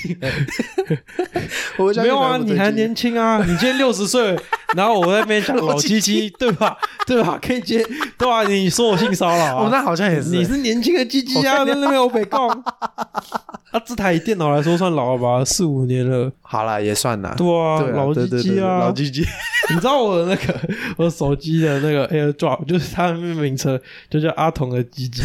S2: 我回家
S1: 没
S2: 越
S1: 有
S2: 想
S1: 啊，
S2: 越不对劲
S1: 你还年轻 啊，你今天六十岁，然后我在那边讲老鸡鸡，对吧？对吧？ 可以接，对吧？你说我性骚扰
S2: 哦，
S1: 啊？
S2: 那好像也是、
S1: 你是年轻的鸡鸡啊，在那边我北 告。啊，这台电脑来说算老了吧，四五年了。
S2: 好啦，也算啦，
S1: 对啊，
S2: 对啊
S1: 老
S2: 对
S1: 鸡
S2: 对对
S1: 鸡
S2: 对老
S1: 啊。
S2: 鸡鸡，
S1: 你知道我的那个 我手机的那个 AirDrop，就是它的名称就叫阿童的鸡 鸡。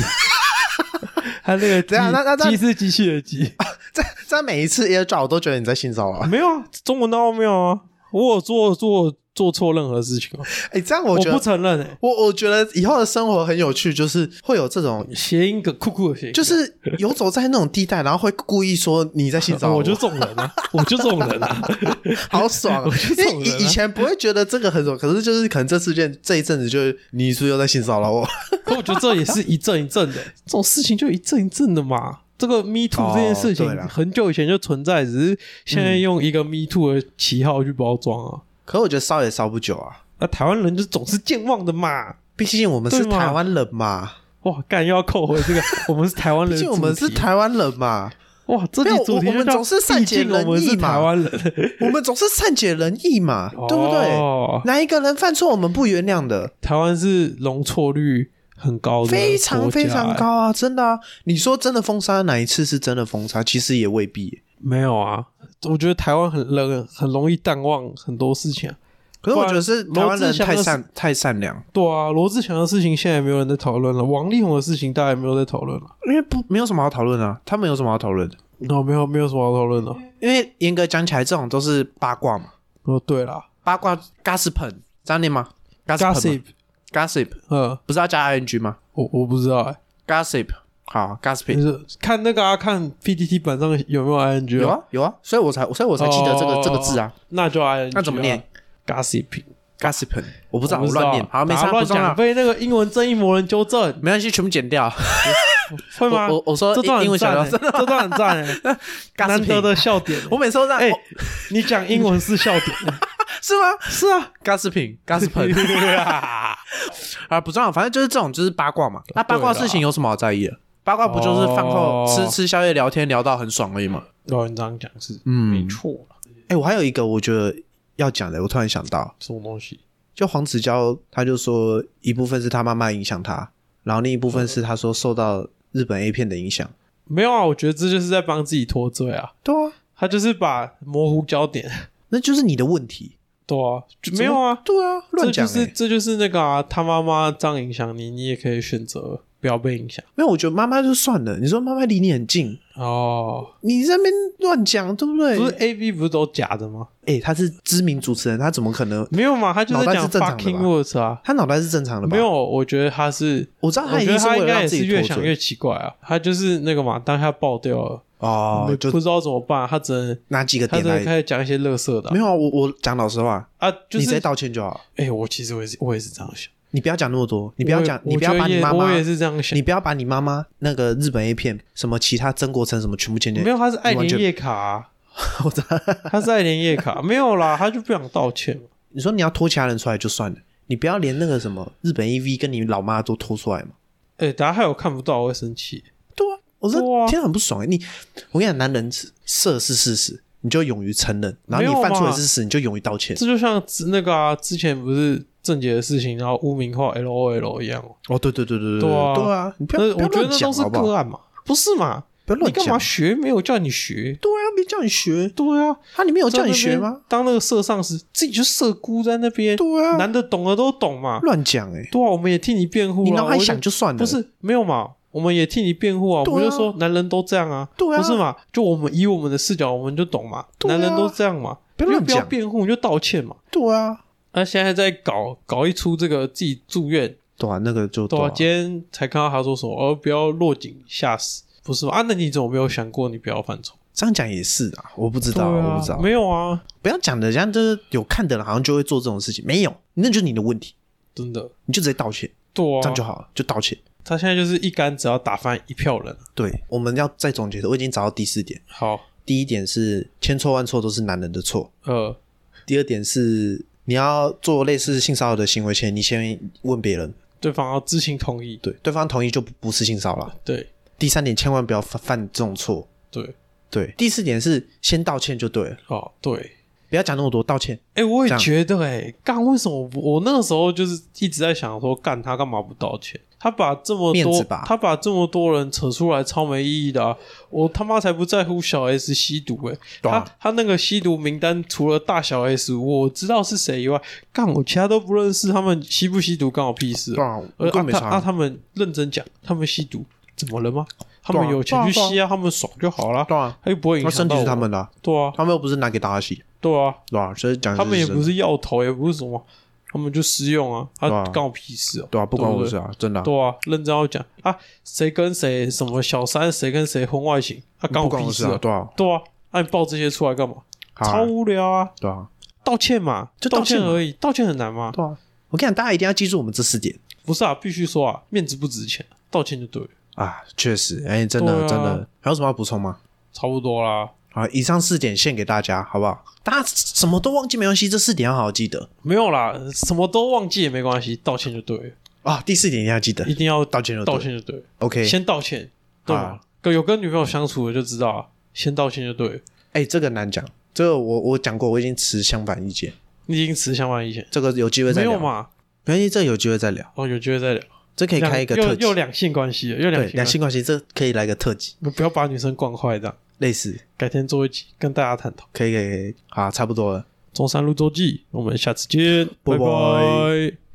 S1: 它那个鸡
S2: 等一下那那那
S1: 鸡是机器的鸡，
S2: 在在每一次 AirDrop 我都觉得你在性骚扰。
S1: 没有啊，中文都没有啊。我有做做做错任何事情吗？
S2: 哎、这样我觉
S1: 不
S2: 得，
S1: 承认哎、
S2: 我我觉得以后的生活很有趣，就是会有这种，
S1: 谐音梗酷酷的谐音梗，哦
S2: 就是游走在那种地带，然后会故意说你在性骚扰
S1: 我就这种人 啊，我就这种人啊，
S2: 好 爽、
S1: 我
S2: 啊
S1: 就，
S2: 因
S1: 这种
S2: 为
S1: 人啊
S2: 以以前不会觉得这个很爽，可是就是可能这事件这一阵子就是你是不是又在性骚扰我？
S1: 可我觉得这也是一阵一阵的，这种事情就一阵一阵的嘛。这个 Me Too
S2: 哦
S1: 这件事情
S2: 对啦嗯
S1: 很久以前就存在，只是现在用一个 Me Too 的旗号去包装啊。
S2: 可我觉得烧也烧不久啊，
S1: 那、台湾人就总是健忘的嘛。
S2: 毕竟我们是
S1: 对嘛
S2: 台湾人嘛，
S1: 哇，干又要扣回 这个，我们是台湾人
S2: 毕
S1: 的主题，
S2: 竟我们是台湾人嘛，
S1: 哇，这
S2: 没
S1: 里
S2: 有
S1: 主题就
S2: 我我们
S1: 叫
S2: 总是善
S1: 毕
S2: 解
S1: 竟我们
S2: 人意
S1: 是
S2: 嘛
S1: 台湾人，
S2: 我们总是善解人意嘛，对不对？
S1: 哦
S2: 哪一个人犯错我们不原谅的？
S1: 台湾是容错率很高的国家，
S2: 非常非常
S1: 欸。
S2: 高啊，真的啊！你说真的封杀哪一次是真的封杀？其实也未必耶。
S1: 没有啊，我觉得台湾很人很容易淡忘很多事情啊、
S2: 可是我觉得是
S1: 不然
S2: 台湾
S1: 罗
S2: 人
S1: 志祥
S2: 太
S1: 的
S2: 善太善良，
S1: 对啊，罗志祥的事情现在也没有人在讨论了，王力宏的事情大家也没有在讨论了，
S2: 因为不没有什么好讨论的、啊，他们有什么好讨论的？
S1: 哦，没有没有什么好讨论的。
S2: 因为严格讲起来，这种都是八卦嘛，
S1: 哦，对啦
S2: 八卦 gossip，这样念吗
S1: ，gossip，
S2: gossip
S1: 嗯，
S2: 不是要加 ing 吗
S1: 我我不知道哎、
S2: ？gossip 好 gossip
S1: 就是看那个啊，看 PTT 版上有没有 ing
S2: 有，啊有啊，所以我才所以我才记得这个、
S1: 哦
S2: 这个字啊，
S1: 那就 ing，啊
S2: 那怎么念
S1: ？gossip，
S2: ？gossip 我
S1: 不
S2: 不知道，我乱念，好没事，
S1: 乱
S2: 不重要
S1: 讲，被那个英文正义魔人纠正，
S2: 没关系，全部剪掉。
S1: 会吗？
S2: 我我我说
S1: 这段
S2: 英
S1: 很
S2: 英文小
S1: 赞、
S2: 老
S1: 欸，
S2: 师，
S1: 这段很赞、欸， 难
S2: gossip
S1: 得的笑点欸、
S2: 我每次都这样，
S1: 哎、
S2: 哦
S1: 你讲英文是笑点 欸、
S2: 是吗？是啊，gossip，gossip，啊，不重要，反正就是这种就是八卦嘛。那八卦
S1: 对啦啊
S2: 事情有什么好在意的？八卦不就是饭后
S1: 哦
S2: 吃吃宵夜聊天聊到很爽而已嘛？
S1: 老哦人这样讲是
S2: 嗯
S1: 没，错啦
S2: 哎，我还有一个我觉得要讲的，我突然想到，
S1: 什么东西？
S2: 就黄子佼他就说一部分是他妈妈影响他，然后另一部分是他说受到日本 A 片的影响。
S1: 没有啊，我觉得这就是在帮自己脱罪啊，
S2: 对啊，
S1: 他就是把模糊焦点，
S2: 那就是你的问题。
S1: 对啊，就没有啊，
S2: 对啊，乱讲、
S1: 这就是
S2: 欸。
S1: 这就是那个啊，他妈妈这样影响你，你也可以选择不要被影响。
S2: 没有，我觉得妈妈就算了。你说妈妈离你很近，
S1: 哦，
S2: 你这边乱讲，对不对？
S1: 不是 A B 不是都假的吗？
S2: 哎、他是知名主持人，他怎么可能？
S1: 没有嘛，他就
S2: 脑袋
S1: 讲
S2: 是正常的吧
S1: fucking words 啊。
S2: 他脑袋是正常的吧？
S1: 没有，，我觉得他是，
S2: 我知道
S1: 我
S2: 他一
S1: 觉得
S2: 定
S1: 他
S2: 为
S1: 应
S2: 了
S1: 该
S2: 让
S1: 也
S2: 自
S1: 是
S2: 己
S1: 越
S2: 脱
S1: 想
S2: 罪
S1: 越奇怪啊。他就是那个嘛，当下爆掉了，
S2: 哦
S1: 没，
S2: 就
S1: 不知道怎么办，他只能
S2: 拿几个
S1: 他
S2: 点
S1: 只能
S2: 来。
S1: 开始讲一些乐色的啊
S2: 没有啊，我我讲老实话，
S1: 啊，就
S2: 你直接
S1: 是
S2: 道歉就好。
S1: 哎，我其实我也是我也是这样想，
S2: 你不要讲那么多，
S1: 你
S2: 你不要讲，你不要把你妈妈
S1: 我，也是这样想
S2: 你。不要把你妈妈那个日本 A 片什么其他曾国城什么全部剪掉。
S1: 没有，，他是爱
S2: 你完
S1: 莲
S2: 全
S1: 叶卡啊，
S2: 我知道。
S1: 他是爱莲叶卡， 没有啦，他就不想道歉嘛。
S2: 你说你要拖其他人出来就算了，你不要连那个什么日本 AV 跟你老妈都拖出来嘛。
S1: 哎、等下还有看不到，我会生气。
S2: 对啊，我说
S1: 对啊
S2: 天啊很不爽欸你，我跟你讲，男人是色是事实，你就勇于承认，然后
S1: 没有
S2: 你
S1: 嘛
S2: 犯错也是事实，你就勇于道歉。
S1: 这就像之那个啊，之前不是郑杰的事情，然后污名化 L O L 一样哦。
S2: 哦，对对对对
S1: 对啊
S2: 对啊，你不
S1: 那
S2: 要不
S1: 我
S2: 要
S1: 觉得
S2: 乱
S1: 那都
S2: 讲
S1: 是
S2: 好不
S1: 个
S2: 好？
S1: 案嘛，不是嘛？
S2: 不要
S1: 你
S2: 乱
S1: 干嘛
S2: 讲。
S1: 学？没有叫你学。
S2: 对啊，没叫你学，
S1: 对啊，
S2: 他里面有
S1: 我
S2: 哦叫你学吗？？
S1: 当那个社上时，自己就社姑在那边，
S2: 对啊，
S1: 男的懂的都懂嘛。
S2: 乱讲哎，
S1: 对啊，我们也替你辩护
S2: 你
S1: 啦。
S2: 脑海
S1: 我就
S2: 想就算了，
S1: 不是没有嘛？我们也替你辩护啊！我
S2: 对啊
S1: 们就说男人都这样啊，
S2: 对啊
S1: 不是嘛？就我们以我们的视角，我们就懂嘛，
S2: 对啊
S1: 男人都这样嘛，
S2: 不要
S1: 你就
S2: 乱
S1: 不要
S2: 讲，
S1: 辩护，你就道歉嘛。
S2: 对啊，
S1: 那现在在搞搞一出这个自己住院，
S2: 对啊，那个就
S1: 对
S2: 啊
S1: 啊，今天才看到他说什么，哦，不要落井下石，不是吗？啊，那你怎么没有想过你不要犯错？
S2: 这样讲也是啊，我不知
S1: 对
S2: 道，
S1: 啊，
S2: 我不知道，
S1: 没有啊，
S2: 不要讲的，像就是有看的人好像就会做这种事情，没有，那就是你的问题，
S1: 真的，
S2: 你就直接道歉，
S1: 对啊，
S2: 这样就好了，就道歉。
S1: 他现在就是一竿子要打翻一票人。
S2: 对，我们要再总结的，我已经找到第四点。
S1: 好，
S2: 第一点是千错万错都是男人的错。
S1: 呃，
S2: 第二点是你要做类似性骚扰的行为前，你先问别人，
S1: 对方要知情同意，
S2: 对，对方同意就不不是性骚扰。
S1: 对
S2: 第三点，千万不要犯犯这种错。
S1: 对，
S2: 对，第四点是先道歉就对了，
S1: 哦对，
S2: 不要讲那么多，道歉。
S1: 哎、我
S2: 这
S1: 也
S2: 样
S1: 觉得、哎，干为什么不我那个时候就是一直在想说，干他干嘛不道歉？他把这么
S2: 面
S1: 多
S2: 子吧
S1: 他把这么多人扯出来，超没意义的、啊。我他妈才不在乎小 S 吸毒哎、
S2: 对啊
S1: 他他那个吸毒名单除了大小 S 我知道是谁以外，干我其他都不认识，他们吸不吸毒干我屁事、
S2: 对啊，
S1: 而
S2: 根本
S1: 啊
S2: 没
S1: 他啊
S2: 啥。
S1: 他们认真讲，他们吸毒怎么了吗？他
S2: 对
S1: 们
S2: 啊
S1: 有钱去
S2: 对啊
S1: 吸啊，他们爽就好啦，
S2: 对啊，
S1: 他又不会影
S2: 那
S1: 响
S2: 身体
S1: 到
S2: 是
S1: 我
S2: 他们的啊，
S1: 对啊
S2: 他们又不是拿给大家洗，
S1: 对啊，
S2: 对吧？所以讲
S1: 他们也不
S2: 是
S1: 是药头，也不是什么，他们就私用啊，他
S2: 对啊
S1: 干我屁事哦、
S2: 对啊，不关
S1: 对不
S2: 我
S1: 对
S2: 事啊，真的啊。
S1: 对啊，认真要讲啊，谁跟谁什么小三，谁跟谁婚外情，他、啊、干
S2: 不
S1: 我
S2: 关
S1: 屁
S2: 我
S1: 事
S2: 事
S1: 哦
S2: 啊，对啊，
S1: 对啊，那、你爆这些出来干嘛？
S2: 好啊
S1: 超无聊啊！
S2: 对啊，
S1: 道歉嘛，
S2: 就
S1: 道
S2: 道歉嘛
S1: 而已，道歉很难吗？
S2: 对啊。我跟你讲，大家一定要记住我们这四点。
S1: 不是啊，必须说啊，面子不值钱，道歉就对了，
S2: 啊，确实，哎、真的、
S1: 对啊
S2: 真的，还有什么要补充吗？
S1: 差不多啦。
S2: 好，以上四点献给大家，好不好？大家什么都忘记没关系，这四点要好好记得
S1: 没有啦，什么都忘记也没关系，道歉就对了，
S2: 啊。第四点一定要记得
S1: 一定要
S2: 道歉就对啊
S1: 道歉就对了，
S2: ，OK。
S1: 先道歉，对吧
S2: 好？
S1: 跟有跟女朋友相处的就知道啊，先道歉就对了。
S2: 哎、这个难讲，这个我我讲过，我已经持相反意见，
S1: 你已经持相反意见，
S2: 这个有机会再
S1: 没
S2: 聊，
S1: 有
S2: 没
S1: 嘛？
S2: 关系，这个有机会再聊，
S1: 哦，有机会再聊，
S2: 这可以开一个
S1: 两
S2: 特
S1: 又又
S2: 辑，
S1: 两性关系了，又两
S2: 对，
S1: 性
S2: 两
S1: 关系
S2: 性关系，这可以来个特辑，
S1: 不要把女生惯坏这样。
S2: 类似，
S1: 改天做一集跟大家探讨。
S2: 可以可以可以，好，差不多了，
S1: 中山路周记，我们下次见，
S2: 拜拜
S1: 拜拜